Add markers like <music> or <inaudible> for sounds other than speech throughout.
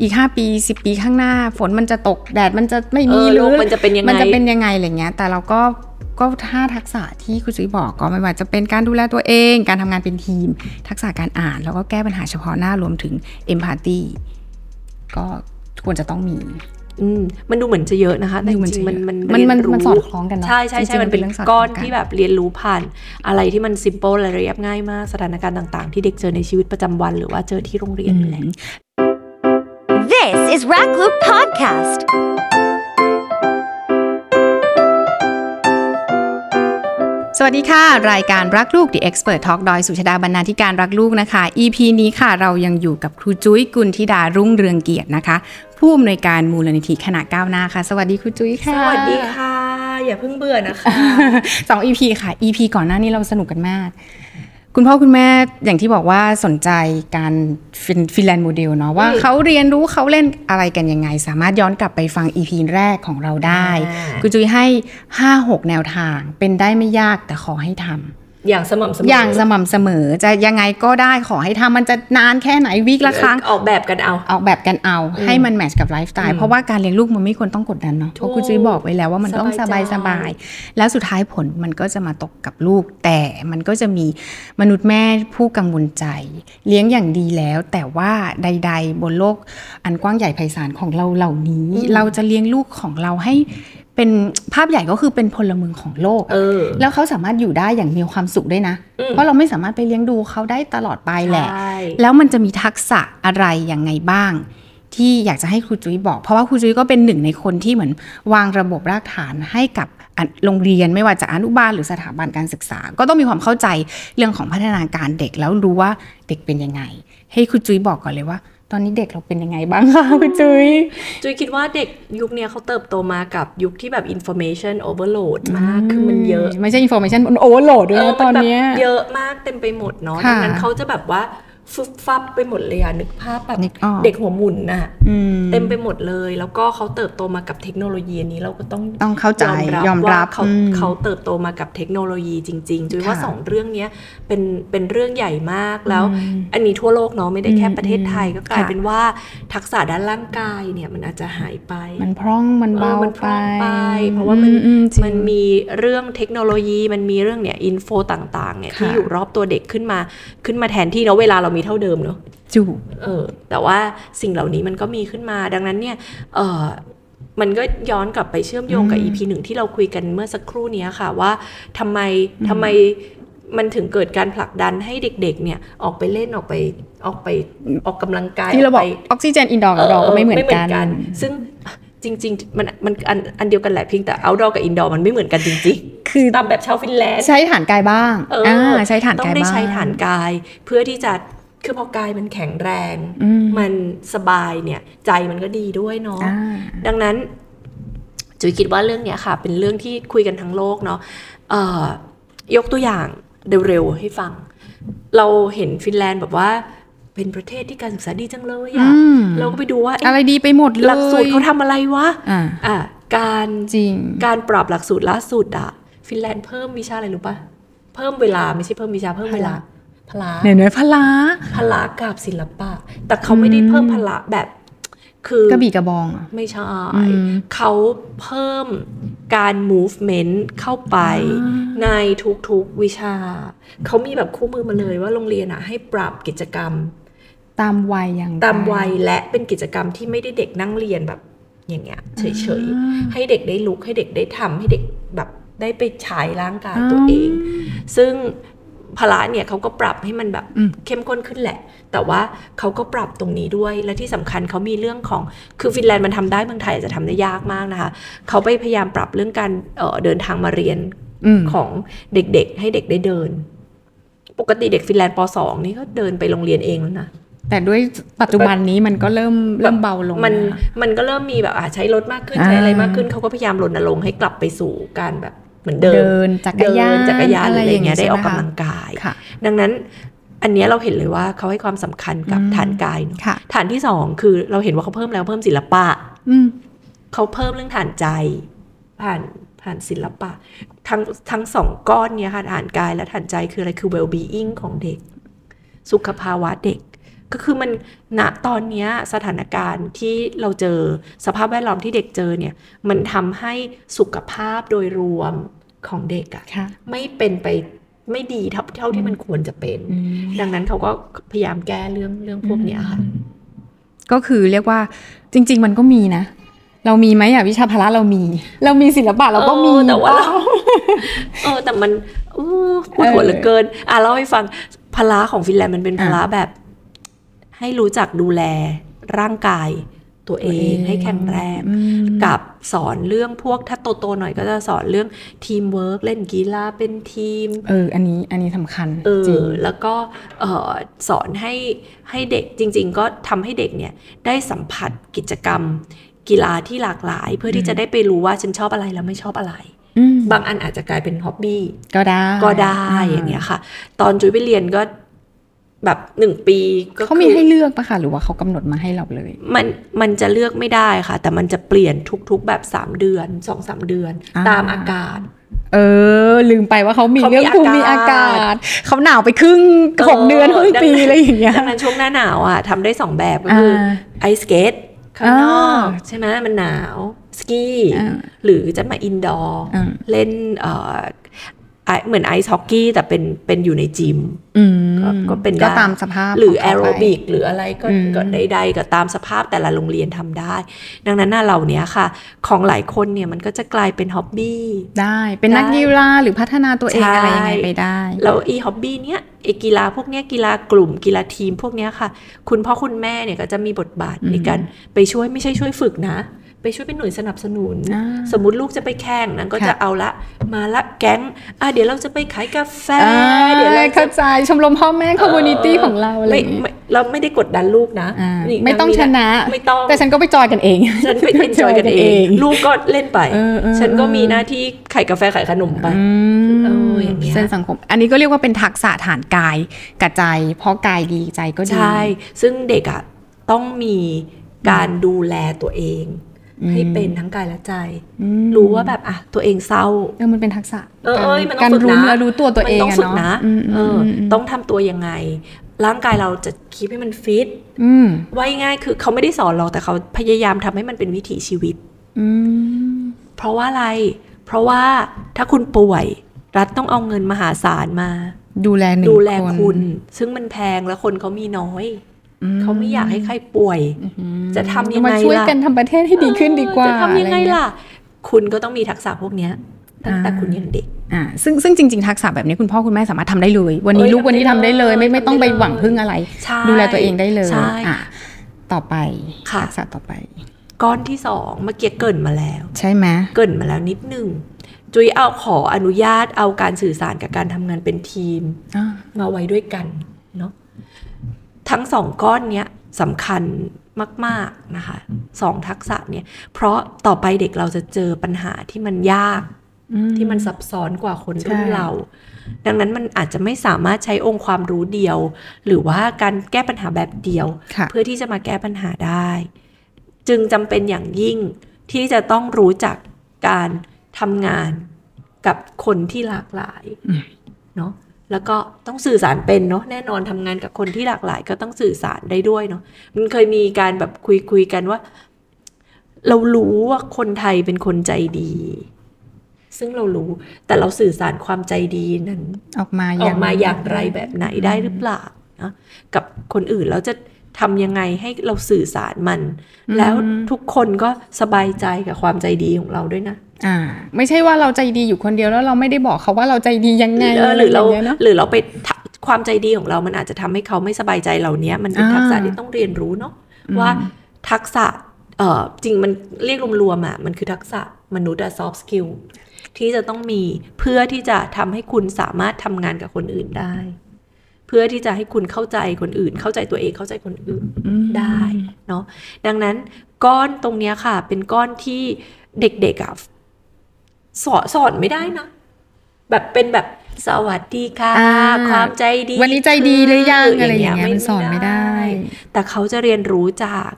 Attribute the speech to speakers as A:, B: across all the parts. A: อีก 5 ปี 10 ปีข้างหน้า ฝนมันจะตกแดดมันจะไม่มี
B: เออ
A: หรือ
B: โลกมันจะเป็นยังไง
A: มันจะเป็นยังไงอะไรเงี้ย แต่เราก็ก็ถ้าทักษะที่คุณจุ้ยบอกก็ไม่ว่าจะเป็นการดูแลตัวเอง การทำงานเป็นทีม ทักษะการอ่าน แล้วก็แก้ปัญหาเฉพาะหน้ารวมถึงเอมพัตตีก็ควรจะต้องมี
B: อืมมันดูเหมือนจะเยอะนะคะ แต่จริงๆมันมัน
A: มันมัน
B: เรีย
A: มันสอดคล้องกันเนอะ
B: ใช่ใช่
A: จริ
B: ใช่
A: งๆ
B: มันเป็น
A: มันเป็นเรื่องสอดคล้
B: ก้
A: อ
B: อง
A: กัน น
B: ที่แบบเรียนรู้ผ่าน อะไรที่มัน simple และเรียบง่ายมาก สถานการณ์ต่าง ๆ ที่เด็กเจอในชีวิตประจำวัน หรือว่าเจอที่โรงเรียนนั่นแหละ
C: This is Rack Loop Podcast.
A: สวัสดีค่ะ รายการรักลูก The Expert Talk โดยสุชดาบรรณาธิการรักลูกนะคะ EP นี้ค่ะเรายังอยู่กับครูจุ้ยกุลธิดารุ่งเรืองเกียรตินะคะ ผู้อำนวยการมูลนิธิขณะก้าวหน้าค่ะ สวัสดีครูจุ้ยค่ะ
B: อย่าเพิ่งเบื่อนะคะ
A: <laughs> สอง EP ค่ะ EP ก่อนหน้านี้เราสนุกกันมาก คุณพ่อคุณแม่อย่างที่บอกว่าสนใจการฟินแลนด์โมเดลเนาะว่าเขาเรียนรู้เขาเล่นอะไรกันยังไง สามารถย้อนกลับไปฟัง EP แรกของเราได้
B: อ่า
A: คุณจุยให้ 5-6 แนวทางเป็นได้ไม่ยากแต่ขอให้ทำ
B: อย่างสม่ำเสมอ
A: อ
B: อย่าง
A: สม่ำเสมอจะยังไงก็ได้ขอให้ทำมันจะนานแค่ไหนวีคละครั้ง
B: ออกแบบกันเอา
A: ออกแบบกันเอาให้มันแมทช์กับไลฟ์สไต
B: อื
A: ล์
B: ม
A: เพราะว่าการเลี้ยงลูกมันไม่ควรต้องกดดันเนาะเพ
B: ถูก
A: ราะคุณจุ้ยบอกไว้แล้วว่ามันต้องส
B: ส
A: บา
B: บาย ย
A: ส
B: ใจ
A: บาย แล้วสุดท้ายผลมันก็จะมาตกกับลูก แต่มันก็จะมีมนุษย์แม่ผู้กังวลใจ เลี้ยงอย่างดีแล้ว แต่ว่าใด ๆ บนโลกอันกว้างใหญ่ไพศาลของเราเหล่านี้ เราจะเลี้ยงลูกของเราให้เป็นภาพใหญ่ก็คือเป็นพลเมืองของโลกอะ
B: เออ
A: แล้วเขาสามารถอยู่ได้อย่างมีความสุขด้วยนะ
B: อืม
A: เพราะเราไม่สามารถไปเลี้ยงดูเขาได้ตลอดไปแหละ
B: ใช่
A: แล้วมันจะมีทักษะอะไรยังไงบ้าง ที่อยากจะให้ครูจุ้ยบอก เพราะว่าครูจุ้ยก็เป็นหนึ่งในคนที่เหมือนวางระบบรากฐานให้กับอ่ะโรงเรียนไม่ว่าจะอนุบาลหรือสถาบันการศึกษา ก็ต้องมีความเข้าใจเรื่องของพัฒนาการเด็กแล้วรู้ว่าเด็กเป็นยังไง ให้ครูจุ้ยบอกก่อนเลยว่า ตอนนี้เด็กเราเป็นยังไงบ้างคะครูจุ้ย
B: จุยคิดว่าเด็กยุคเนี้ยเขาเติบโตมากับยุคที่แบบ information overload มาก คือมันเยอะ
A: ไม่ใช่ information overload ด้วยนะตอนเนี้ย
B: เยอะมากเต็มไปหมดเนาะ
A: ค่ะ
B: ดังนั้นเขาจะแบบว่าฟึบฟับไปหมดเลยอะนึกภาพแบบ
A: นึกออก
B: เด็กหัวหมุนน่ะ
A: อืม
B: เต็มไปหมดเลย แล้วก็เขาเติบโตมากับเทคโนโลยีอันนี้เราก็ต้อง
A: ต้องเข้าใจยอมรับ
B: ว่าเขา
A: อืม
B: เขาเติบโตมากับเทคโนโลยีจริงๆจุยว่า
A: ค่ะ
B: สองเรื่องเนี้ยเป็นเป็นเรื่องใหญ่มากแล้ว อันนี้ทั่วโลกเนาะไม่ได้แค่
A: อืม
B: ประเทศไทย
A: อืม
B: ก็กลาย
A: ค่ะ
B: เป็นว่าทักษะด้านร่างกายเนี่ยมันอาจจะหายไป
A: มันพร่องมันเบา
B: ออมันพ
A: ไป
B: ร่องไป เพราะว่ามัน
A: อืจริง
B: มันมีเรื่องเทคโนโลยีมันมีเรื่องเนี่ยอินโฟต่างๆเนี่ย
A: ค่ะ
B: ที่อยู่รอบตัวเด็กขึ้นมาขึ้นมาแทนที่เนาะเวลาเรามีเท่าเดิมเนาะ
A: จุ
B: เออแต่ว่าสิ่งเหล่านี้มันก็มีขึ้นมาดังนั้นเนี่ยเออมันก็ย้อนกลับไปเชื่อมโยงกับ EP หนึ่งที่เราคุยกันเมื่อสักครู่เนี้ยค่ะว่าทำไมทำไมมันถึงเกิดการผลักดันให้เด็กๆเนี่ยออกไปเล่นออกไปออกไปออกกำลังกาย
A: ที่เราบอก
B: ไป
A: ออกซิเจนอินดอร์กับดอร์ก็ไม่เหมือนกัน
B: ซึ่งจริงๆ มันมันอันอันเดียวกันแหละเพียงแต่ outdoor กับ indoor มันไม่เหมือนกันจริง
A: คือ
B: ๆ ตามแบบชาวฟินแลนด์
A: ใช้ฐานกายบ้าง
B: เอออ
A: ใช้ฐา
B: ต้อก
A: นาย
B: งได้
A: บ้าง
B: ใช้ฐานกาย เพื่อที่จะคือพอกายมันแข็งแรง
A: อืม
B: มันสบายเนี่ย ใจมันก็ดีด้วยเนาะ
A: อ่า
B: ดังนั้นจุ๋ยคิดว่าเรื่องเนี้ยค่ะ เป็นเรื่องที่คุยกันทั้งโลกเนาะเอ่อยกตัวอย่างเร็วๆให้ฟัง เราเห็นฟินแลนด์แบบว่าเป็นประเทศที่การศึกษาดีจังเลยอะ
A: อืม
B: เราก็ไปดูว่าเอ๊ะ
A: อะไรดีไปหมดเลย
B: หลักสูตรเขาทำอะไรวะ
A: อ่า
B: อ่ะการ
A: จริง
B: การปรับหลักสูตรล่าสุดอะฟินแลนด์เพิ่มวิชาอะไรรู้ปะเพิ่มเวลาไม่ใช่เพิ่มวิชาเพิ่มเวลา
A: พละ
B: พละ
A: เหนื่อยๆพละ
B: พละกับศิลปะ แต่เขาไม่ได้เพิ่มพละแบบ คือ
A: กระบี่กระบองอ่ะ
B: ไม่ใช่
A: อืม
B: เขาเพิ่มการ movement เข้าไป
A: อ่า
B: ในทุกๆวิชา เขามีแบบคู่มือมาเลยว่าโรงเรียนอะให้ปรับกิจกรรม
A: ตามวัยอย่าง
B: ตาม
A: ไร
B: วัยและเป็นกิจกรรมที่ไม่ได้เด็กนั่งเรียนแบบอย่างเงี้ยเฉยๆ ให้เด็กได้ลุกให้เด็กได้ทำให้เด็กแบบได้ไปใช้ร่างกายตัวเอง ซึ่งพละเนี่ยเขาก็ปรับให้มันแบบ
A: อืม
B: เข้มข้นขึ้นแหละ แต่ว่าเขาก็ปรับตรงนี้ด้วย และที่สำคัญเขามีเรื่องของ คือฟินแลนด์มันทำได้เมืองไทยอาจจะทำได้ยากมากนะคะ เขาไปพยายามปรับเรื่องการเอ่อเดินทางมาเรียน
A: อืม
B: ของเด็กๆ ให้เด็กได้เดิน ปกติเด็กฟินแลนด์ป .2 นี่ก็เดินไปโรงเรียนเองแล้วนะ
A: แต่ด้วยปัจจุบันนี้มันก็เริ่มเริ่มเบาลง
B: มัน
A: นะ
B: มันก็เริ่มมีแบบอ่ะใช้รถมากขึ้น
A: อ่า
B: ใช้อะไรมากขึ้นเขาก็พยายามรณรงค์ให้กลับไปสู่การแบบเหมือนเดิม
A: เดินจักรยาน
B: จักรยานอะไรอย่างเงี้ย
A: ใช่
B: ได้
A: หม
B: ออกกำลังกาย
A: ค่ะ
B: ดังนั้นอันเนี้ยเราเห็นเลยว่าเขาให้ความสำคัญกับ
A: อืม
B: ฐานกายเนอะ
A: ค่ะ
B: ฐานที่สองคือเราเห็นว่าเขาเพิ่มแล้วเพิ่มศิลปะ
A: อืม
B: เขาเพิ่มเรื่องฐานใจ ผ่านผ่านศิลปะ ทั้งทั้งสองก้อนเนี่ยค่ะฐานกายและฐานใจคืออะไรคือ well being ของเด็ก สุขภาวะเด็ก ก็คือมันณตอนเนี้ยสถานการณ์ที่เราเจอสภาพแวดล้อมที่เด็กเจอเนี่ย มันทำให้สุขภาพโดยรวมของเด็กอะ
A: ค่ะ
B: ไม่เป็นไปไม่ดีเท่าเท่าที่มันควรจะเป็น ดังนั้นเขาก็พยายามแก้เรื่องเรื่องพวกเนี้ยค่ะ
A: ก็คือเรียกว่าจริง ๆ มันก็มีนะ เรามีไหมอ่ะวิชาพละเรามี เรามีศิลปะเราก็มี
B: ออแต่ว่าเรา เออแต่มันอู้ปวดหัวเหลือเกิน อ่ะเล่าให้ฟังพละของฟินแลนด์มันเป็นพละแบบ ให้รู้จักดูแลร่างกายตัวเอ
A: ตัวเองง
B: ให้แข็งแรง
A: อืม
B: กับสอนเรื่องพวกถ้าโตๆหน่อยก็จะสอนเรื่องทีมเวิร์กเล่นกีฬาเป็นทีม
A: เออ อันนี้ อันนี้สำคัญ
B: เอ
A: จริง
B: อแล้วก็เอ่อสอนให้ให้เด็กจริง ๆ ก็ทำให้เด็กเนี่ยได้สัมผัสกิจกรรม กีฬาที่หลากหลาย เพื่อที่จะได้ไปรู้ว่าฉันชอบอะไรแล้วไม่ชอบอะไร
A: อืม
B: บางอันอาจจะกลายเป็นฮ็อบบี้
A: ก็ได้
B: ก็ได้อย่างเงี้ยค่ะ ตอนจุ้ยไปเรียนก็แบบหนึ่งปีก็
A: เขามีให้เลือกปะคะ หรือว่าเขากำหนดมาให้เราเลย
B: มันมันจะเลือกไม่ได้ค่ะ แต่มันจะเปลี่ยนทุกๆแบบ 3 เดือน2อสเดือน
A: อ่า
B: ตามอา
A: <laughs>
B: กาศ
A: เออ ลืมไปว่าเขามี
B: เขามี
A: เรื่องภูมิอาก
B: อาาก
A: า
B: ศ
A: ศ เขาหนาวไปครึ่งหกเดือนครึ่งปีอะไรอย่างเงี้ย
B: ดังนั้นช่วงหน้าหนาวอ่ะทำได้ 2 แบบก็คืออา ไอสเกตข้างนอกใช่ไหมมันหนาว สกี
A: อ่า
B: หรือจะมาอินดอร์
A: อ่า
B: เล่นเอ่อไอเหมือนไอซ์ฮอกกี้แต่เป็นเป็นอยู่ในจิม
A: อืม
B: ก็ก็เป็นได้
A: ก็ตามสภาพ
B: หรือ
A: ขง
B: แอ
A: เขา
B: โร
A: ไป
B: บิกหรืออะไรก็
A: อืม
B: ก็ใดๆก็ตามสภาพแต่ละโรงเรียนทำได้ ดังนั้นน่ะเหล่าเนี้ยค่ะ ของหลายคนเนี่ยมันก็จะกลายเป็นฮ็อบบี้
A: ได้ เป็นนัก
B: ได้
A: กีฬาหรือพัฒนาตัวเอง
B: ใช่
A: อะไรยังไงไปได้
B: แล้วอีฮ็อบบี้เนี้ยไอกีฬาพวกเนี้ยกีฬากลุ่มกีฬาทีมพวกเนี้ยค่ะ คุณพ่อคุณแม่เนี่ยก็จะมีบทบาทในการไปช่วยไม่ใช่ช่วยฝึกนะ ไปช่วยเป็นหน่วยสนับสนุน
A: อ่า
B: สมมติลูกจะไปแข่งนั้นก็
A: ค่ะ
B: จะเอาละมาละแก๊งอ่ะเดี๋ยวเราจะไปขายกาแฟ
A: อ่า
B: เดี๋ยวเราจะ
A: เข้าใจชมรมพ่อแม่คอมมูนิตี้ของเราอะไรอ
B: ไม่
A: ย่างงี้
B: ไม่เราไม่ได้กดดันลูกนะ
A: อ่า
B: นี่
A: ไม่ต้องชนะ
B: ไม่ต้อง
A: แต่ฉันก็ไปจอยกันเอง
B: ฉันไปเล่นจอยกันเอง ลูกก็เล่นไป
A: เออเออ
B: ฉันก็มีหน้าที่ไข่กาแฟไข่ขนมไป
A: อืม
B: เอออย่างเงี้ย
A: เส้นสังคม อันนี้ก็เรียกว่าเป็นทักษะฐานกายกับใจเพราะกายดีใจก็ดี
B: ใช่ ซึ่งเด็กอ่ะต้องมีการดูแลตัวเอง
A: อืม
B: ให้เป็นทั้งกายและใจ
A: อืม
B: รู้ว่าแบบอ่ะตัวเองเศร้า
A: เออมันเป็นทักษะ
B: เออเอ้ยมันต้
A: กา
B: อ
A: รง
B: ฝึก
A: รู้
B: นะ
A: เนื้อรู้ตัวตัวเอง
B: มันต้อง
A: อะ
B: ฝึก
A: เนาะ
B: นะ
A: อืม
B: เออ
A: มม
B: ต้องทำตัวยังไง ร่างกายเราจะคีบให้มันฟิต
A: อืม
B: ไว้ง่ายๆคือเขาไม่ได้สอนเราแต่เขาพยายามทำให้มันเป็นวิถีชีวิต
A: อืม
B: เพราะว่าอะไร เพราะว่าถ้าคุณป่วย รัฐต้องเอาเงินมหาศาลมา
A: ดูแลหนึ่ง
B: ดูแล
A: น
B: คุณ ซึ่งมันแพงและคนเขามีน้อย
A: อื
B: เขาไม่อยากให้ใครป่วย
A: อืม
B: จะทำยังไง
A: มาช่วย
B: ล่ะ
A: กันทำประเทศให้ดีขึ้นดีกว่า
B: จะทำยังไง
A: อรเ
B: ล่ะ คุณก็ต้องมีทักษะพวกเนี้ยตั้งแต่คุณยังเด็ก
A: อ่าซึ่งซึ่งจริง ๆ ทักษะแบบนี้คุณพ่อคุณแม่สามารถทำได้เลย วันนี้
B: เอ้ย
A: ลูกวันนี้ทำได้เลย ไม่ไม่ต้องไป
B: ทำได้เลย
A: หวังพึ่งอะไร
B: ใช่
A: ดูแลตัวเองได้เลย
B: ใช่
A: อ่ะต่อไป
B: ค่ะ
A: ทัษะต่อไป
B: ก้อนที่สองเมื่อกี้เกรินมาแล้ว
A: ใช่ไหม
B: เกรินมาแล้วนิดหนึง จุยเอาขออนุญาตเอาการสื่อสารกับการทำงานเป็นทีม
A: อ่า
B: มาไว้ด้วยกันเนาะทั้งสองก้อนเนี้ยสำคัญมาก ๆ นะคะสองทักษะเนี่ย เพราะต่อไปเด็กเราจะเจอปัญหาที่มันยากที่มันซับซ้อนกว่าคนรุ่น
A: ใช่
B: เรา ดังนั้นมันอาจจะไม่สามารถใช้องค์ความรู้เดียว หรือว่าการแก้ปัญหาแบบเดียว
A: ค่ะ
B: เพื่อที่จะมาแก้ปัญหาได้ จึงจำเป็นอย่างยิ่งที่จะต้องรู้จักการทำงานกับคนที่หลากหลาย
A: อืม
B: เนาะแล้วก็ต้องสื่อสารเป็นเนาะแน่นอนทำงานกับคนที่หลากหลาย ก็ต้องสื่อสารได้ด้วยเนาะมันเคยมีการแบบคุยคุยกันว่า เรารู้ว่าคนไทยเป็นคนใจดี ซึ่งเรารู้แต่เราสื่อสารความใจดีนั้น
A: ออกมา
B: ออกมาอย่างไรแบบไหนได้หรือเปล่านะกับคนอื่นเราจะทำยังไงให้เราสื่อสารมัน แล้วทุกคนก็สบายใจกับความใจดีของเราด้วยนะ
A: อ่า ไม่ใช่ว่าเราใจดีอยู่คนเดียวแล้วเราไม่ได้บอกเขาว่าเราใจดียังไง
B: เออหรือเรา
A: ะไย่งงี้ยเนาะ
B: หรือเราไปทำความใจดีของเรา มันอาจจะทำให้เขาไม่สบายใจเหล่านี้มันเป็น
A: อ่า
B: ทักษะที่ต้องเรียนรู้เนาะว่าทักษะเออจริงมันเรียกรวมๆอ่ะมันคือทักษะมนุษย์อะ soft skill ที่จะต้องมีเพื่อที่จะทำให้คุณสามารถทำงานกับคนอื่นได้ เพื่อที่จะให้คุณเข้าใจคนอื่น เข้าใจตัวเองเข้าใจคนอื่น
A: อืม
B: ได้เนาะดังนั้นก้อนตรงเนี้ยค่ะ เป็นก้อนที่เด็กๆอ่ะสอนสอนไม่ได้นะ แบบเป็นแบบสวัสดีค่ะ
A: อ่า
B: ความใจดี
A: วันนี้ใจดีหรือยังอะไรอย่างเงี้ย
B: า
A: มันสอนไม่ได้
B: แต่เขาจะเรียนรู้จาก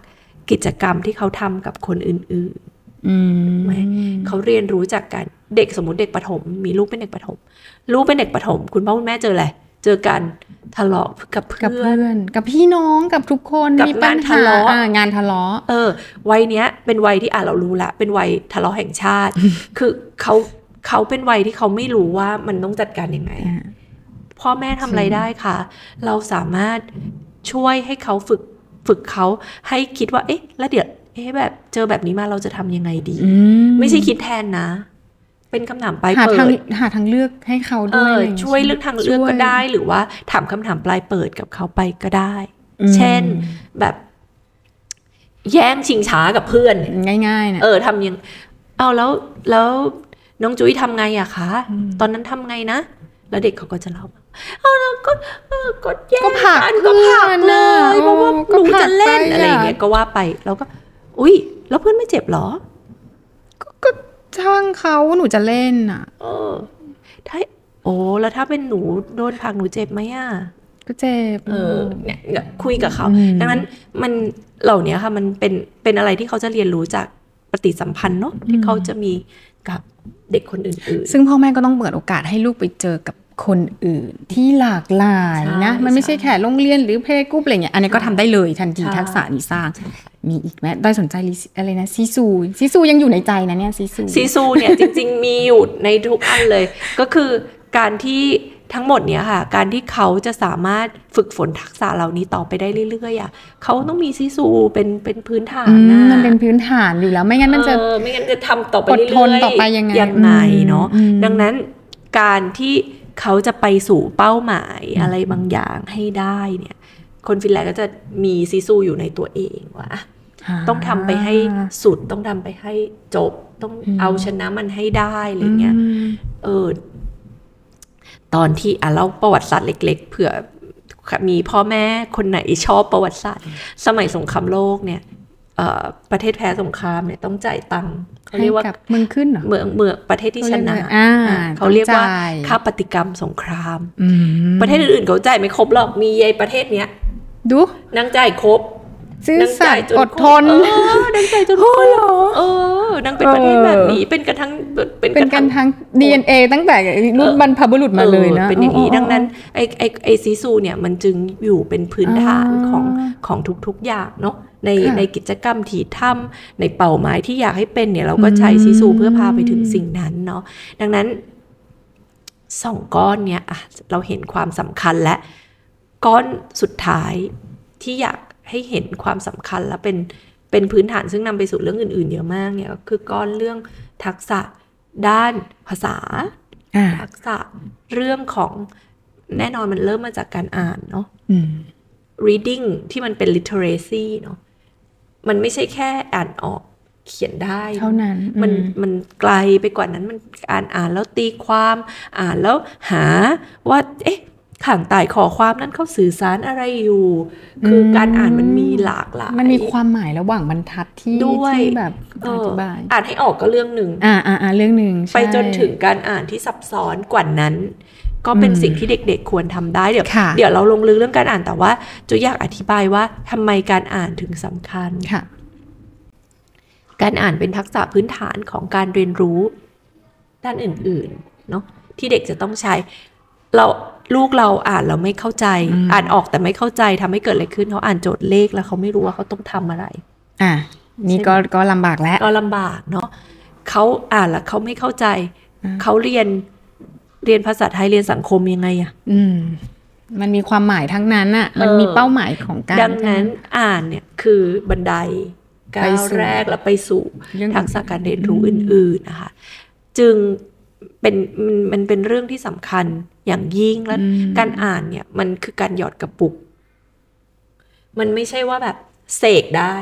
B: กิจกรรมที่เขาทำกับคนอื่น ๆ
A: อืม
B: ไหม เขาเรียนรู้จากการเด็กสมมติเด็กประถม มีลูกเป็นเด็กประถม ลูกเป็นเด็กประถม คุณพ่อคุณแม่เจออะไร เจอกันทะเลาะกับเพื่
A: กับ
B: อน
A: เพื่อนกับพี่น้องกับทุกคน
B: กับ
A: มีปัญ
B: งาน
A: หา
B: ทะเลาะ
A: อ่างานทะเลาะ
B: เออวัยเนี้ยเป็นวัยที่อ่ะเรารู้ละเป็นวัยทะเลาะแห่งชา
A: <laughs>
B: ติ คือเขาเขาเป็นวัยที่เขาไม่รู้ว่ามันต้องจัดการยังไง พ่อแม่ทำอะไรได้คะเราสามารถช่วยให้เขาฝึกฝึกเขาให้คิดว่า เอ๊ะ แล้วเดี๋ยวเอ๊ะแบบเจอแบบนี้มาเราจะทำยังไงดี
A: อื
B: ไม่ใช่คิดแทนนะ เป็นคำถามปลาย
A: หา
B: เปิ
A: ทาง
B: ด
A: หาทางเลือกให้เขา
B: เอ
A: ด้วย
B: อ
A: อะไรางงี้
B: ช่วยเลือกทางเลือกก็
A: ช่วย
B: ได้หรือว่าถามคำถามปลายเปิดกับเขาไปก็ได้
A: อืม
B: เช่นแบบ แย่งชิงช้ากับเพื่อนเนี่ย
A: ง่ายๆนะ
B: เออทำยัง เอาแล้วแล้วน้องจุ้ยทำไงอะคะ ตอนนั้นทำไงนะ แล้วเด็กเขาก็จะเล่าเอาแล้วก็เออก็แย่ง
A: ก็ผลัก
B: นก็ผลักเลย เพราะว่าหนูจะเล่นอะไรอย่างเงี้ยก็ว่าไปแล้วก็ อุ้ยแล้วเพื่อนไม่เจ็บเหรอ
A: ก็ช่างเขาหนูจะเล่นอ่ะ
B: เออ ถ้า โอ้แล้วถ้าเป็นหนูโดนผลักหนูเจ็บไหมอะ
A: ก็เจ็บ
B: เออเนี่ยเนี่ยคุยกับเขา
A: อืม
B: ดังนั้นมันเหล่าเนี้ยค่ะ มันเป็นเป็นอะไรที่เขาจะเรียนรู้จากปฏิสัมพันธ์เนาะที่เขาจะมีกับเด็กคนอื่น
A: ซึ่งพ่อแม่ก็ต้องเปิดโอกาสให้ลูกไปเจอกับคนอื่นที่หลากหลายนะ
B: ใช่
A: มันไม่ใช่แค่โรงเรียนหรือเพลกรุ๊ปอะไรเงี้ยอันนี้ก็ทำได้เลยทันที
B: ใช่
A: ทักษะนี้สร้าง มีอีกไหมได้สนใจลิอะไรนะซีซูซีซูยังอยู่ในใจนะเนี่ยซีซู
B: ซีซูเนี่ย <laughs> จริง ๆ มีอยู่ในทุกอันเลย ก็คือการที่ทั้งหมดเนี่ยค่ะ การที่เขาจะสามารถฝึกฝนทักษะเหล่านี้ต่อไปได้เรื่อยๆอ่ะเขาต้องมีซีซูเป็นเป็นพื้นฐาน
A: อืม
B: นะ
A: มันเป็นพื้นฐานอยู่แล้วไม่งั้นมันจะ
B: เออไม่งั้นจะทำต่อไป
A: อด
B: เรื่อยๆ
A: ทนต่อไปยังไง
B: ยังไงเนาะ
A: อืม
B: ดังนั้นการที่เขาจะไปสู่เป้าหมายอะไรบางอย่างให้ได้เนี่ย คนฟินแลนด์ก็จะมีซีซูอยู่ในตัวเองว่าอ่ะต้องทำไปให้สุดต้องทำไปให้จบ ต้องเอาชนะมันให้ได้อะไรเงี้ย
A: ม
B: เออตอนที่อ่ะเล่าประวัติศาสตร์เล็ก ๆ เผื่อมีพ่อแม่คนไหนชอบประวัติศาสตร์ สมัยสงครามโลกเนี่ยเอ่อประเทศแพ้สงครามเนี่ยต้องจ่ายตังค์เขาเรียกว่า
A: ให้กับเมืองขึ้นเหรอ
B: เมืองเมืองประเทศที่ชนะ
A: อ่า
B: อ่ะเขาเรียกว่า
A: ต้องจ่าย
B: ค่าปฏิกรรมสงคราม
A: อืม
B: ประเทศอื่นๆเขาจ่ายไม่ครบหรอกมียายประเทศเนี้ย
A: ดู
B: นางจ่ายครบ
A: ซื่อน
B: าง
A: สั
B: จ่า
A: ต
B: ย
A: ย์
B: จน
A: อดทน
B: ครบเออนางจ่ายจนครบ
A: โอ้โห
B: เออนางเป็นประเทศแบบนี้เป็นกันทั้งเป็น
A: เป็น
B: น
A: กั
B: ทั้
A: น
B: ง
A: ทั้ง DNA ตั้งแต่รุ่นบรรพบุรุษมาเลยนะ
B: ออเป็นอย่างนี้ดังนั้นไอไอไอซีซูเนี่ยมันจึงอยู่เป็นพื้นฐาน
A: อ่า
B: ของของทุกๆอย่างเนาะใน
A: ค่ะ
B: ในกิจกรรมที่ทำในเป้าหมายที่อยากให้เป็นเนี่ยเราก็ใช้ซีซู
A: อืม
B: เพื่อพาไปถึงสิ่งนั้นเนาะดังนั้นสองก้อนเนี่ยอ่ะเราเห็นความสำคัญและ ก้อนสุดท้ายที่อยากให้เห็นความสำคัญและเป็นเป็นพื้นฐานซึ่งนำไปสู่เรื่องอื่นๆเยอะมากเนี่ยก็คือก้อนเรื่องทักษะด้านภาษา
A: อ่า
B: ทักษะเรื่องของแน่นอนมันเริ่มมาจากการอ่านเนาะ
A: อืม
B: reading ที่มันเป็น literacy เนาะมันไม่ใช่แค่อ่านออกเขียนได้
A: เท่านั้นอืม
B: มันมันไกลไปกว่านั้นมันอ่านอ่านแล้วตีความอ่านแล้วหาว่าเอ๊ะข่างตายขอความนั้นเขาสื่อสารอะไรอยู่ คือการอ่านมันมีหลากหลาย
A: มันมีความหมายระหว่างบรรทัดที่
B: ด้วย
A: ที่แบบ
B: เอ
A: อ
B: อ
A: ธิบาย
B: อ่านให้ออกก็เรื่องหนึ่ง
A: อ่าอ่าอ่าเรื่องหนึ่ง
B: ไป
A: ใช่
B: จนถึงการอ่านที่ซับซ้อนกว่านั้น ก็เป็น
A: อืม
B: สิ่งที่เด็กๆ ควรทำได้เดี๋ยว
A: ค่ะ
B: เดี๋ยวเราลงลึกเรื่องการอ่านแต่ว่าจะอยากอธิบายว่าทำไมการอ่านถึงสำคัญ
A: ค่ะ
B: การอ่านเป็นทักษะพื้นฐานของการเรียนรู้ด้านอื่นๆเนาะที่เด็กจะต้องใช้ เราลูกเราอ่านเราไม่เข้าใจ อ่านออกแต่ไม่เข้าใจทำให้เกิดอะไรขึ้นเขาอ่านโจทย์เลขแล้วเขาไม่รู้ว่าเขาต้องทำอะไร
A: อ่านี่ก็ก็ลำบากแล้ว
B: ก็ลำบากเนาะเขาอ่านแล้วเขาไม่เข้าใจ
A: อืม
B: เขาเรียนเรียนภาษาไทยเรียนสังคมยังไงอะ
A: อืม มันมีความหมายทั้งนั้นอ่ะ มัน
B: เออ
A: มีเป้าหมายของการ
B: ดังนั้นอ่านเนี่ยคือบันไดก้า
A: ไป
B: ว
A: สู่
B: แรกแล้วไปสู่
A: เรื่อง
B: ทักษะการเรียนรู้อื่น ๆนะคะ จึงเป็นมันมันเป็นเรื่องที่สำคัญอย่างยิ่งและการอ่านเนี่ย มันคือการหยอดกระปุก มันไม่ใช่ว่าแบบเสกได้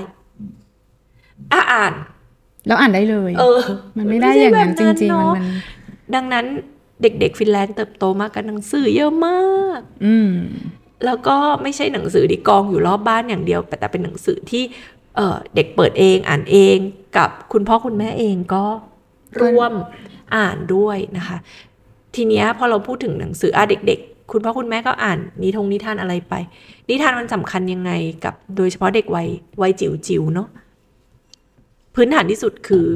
B: อ่ะอ่าน
A: แล้วอ่านได้เลย
B: เออ
A: มันไม่ได้อย่างนั้นจริง ๆ มัน
B: เนาะ
A: มัน
B: ดังนั้นเด็กๆ ฟินแลนด์เติบโตมากับหนังสือเยอะมาก
A: อืม
B: แล้วก็ไม่ใช่หนังสือที่กองอยู่รอบบ้านอย่างเดียว แต่เป็นหนังสือที่เอ่อเด็กเปิดเองอ่านเองกับคุณพ่อคุณแม่เองก็ร่วมอ่านด้วยนะคะ ทีเนี้ยพอเราพูดถึงหนังสืออ่ะเด็ก ๆ คุณพ่อคุณแม่ก็อ่านนิทงนิทานอะไรไป นิทานมันสำคัญยังไงกับโดยเฉพาะเด็กวัยวัยจิ๋วจิ๋วๆเนาะพื้นฐานที่สุดคือ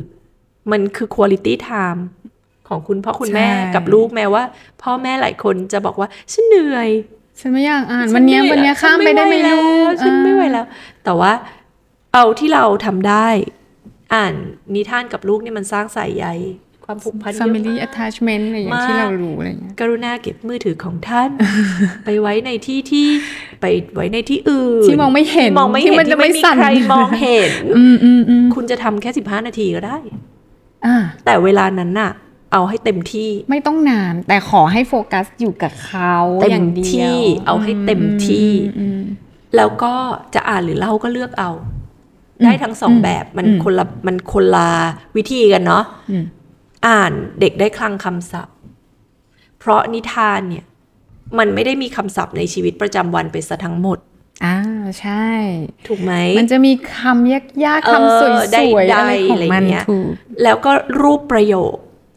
B: มันคือคุณ i t y time ของคุณพ่อคุณแม่
A: ใช่
B: กับลูกแม้ว่า พ่อแม่หลายคนจะบอกว่าฉันเหนื่อย
A: ฉันไม่อยากอ่านวันเนี้ยวันเนี้ยข้ามไปได้ไหมลูก
B: ฉันไม่ไหวแล้ว แต่ว่าเอาที่เราทำได้ อ่านนิทานกับลูกนี่มันสร้างสายใยความผูกพัน
A: อ่า
B: เยอะ
A: family attachment อะไรอย่าง
B: มาก
A: ที่เรารู้อะไรอย่างเงี้ย
B: กรุณาเก็บมือถือของท่าน <laughs> ไปไว้ในที่ที่ไปไว้ในที่อื่น
A: ที่มองไม่เห็น
B: ที่มองไม่
A: ที่
B: เห็น
A: มันจะ
B: ที่ไม่มี
A: ไม่สั่น
B: ใครมองเห็น
A: อืมอืมอืม
B: คุณจะทำแค่ 15 นาทีก็ได้
A: อ่า
B: แต่เวลานั้นน่ะ เอาให้เต็มที่
A: ไม่ต้องนานแต่ขอให้โฟกัสอยู่กับเขา
B: เต็
A: อย่าม งเดียว
B: ที่เอาให้เต็มที่
A: อืม
B: แล้วก็จะอ่านหรือเล่าก็เลือกเอา ได้ทั้งสองแบบมัน
A: อืม
B: คนละมันคนละวิธีกันเนาะ
A: อืม
B: อ่านเด็กได้คลังคำศัพท์ เพราะนิทานเนี่ย มันไม่ได้มีคำศัพท์ในชีวิตประจำวันไปซะทั้งหมด
A: อ่าใช่
B: ถูกไหม
A: มันจะมีคำยากๆ
B: เออ
A: คำสวยๆ
B: ได้ๆ
A: อะไรของมัน
B: อะไรเงี้ย
A: ถูก
B: แล้วก็รูปประโยค